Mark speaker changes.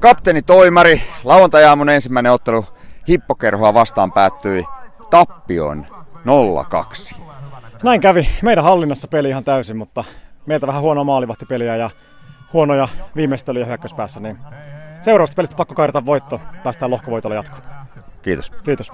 Speaker 1: Kapteeni Toimari, lauantajaamun ensimmäinen ottelu hippokerhoa vastaan päättyi tappion 0-2.
Speaker 2: Näin kävi. Meidän hallinnassa peli ihan täysin, mutta meiltä vähän huonoa maalivahtipeliä ja huonoja viimeistelyjä hyökkäyspäässä. Niin seuraavasta pelistä pakko kairata voitto. Päästään lohkovoitolla jatkoon.
Speaker 1: Kiitos.
Speaker 2: Kiitos.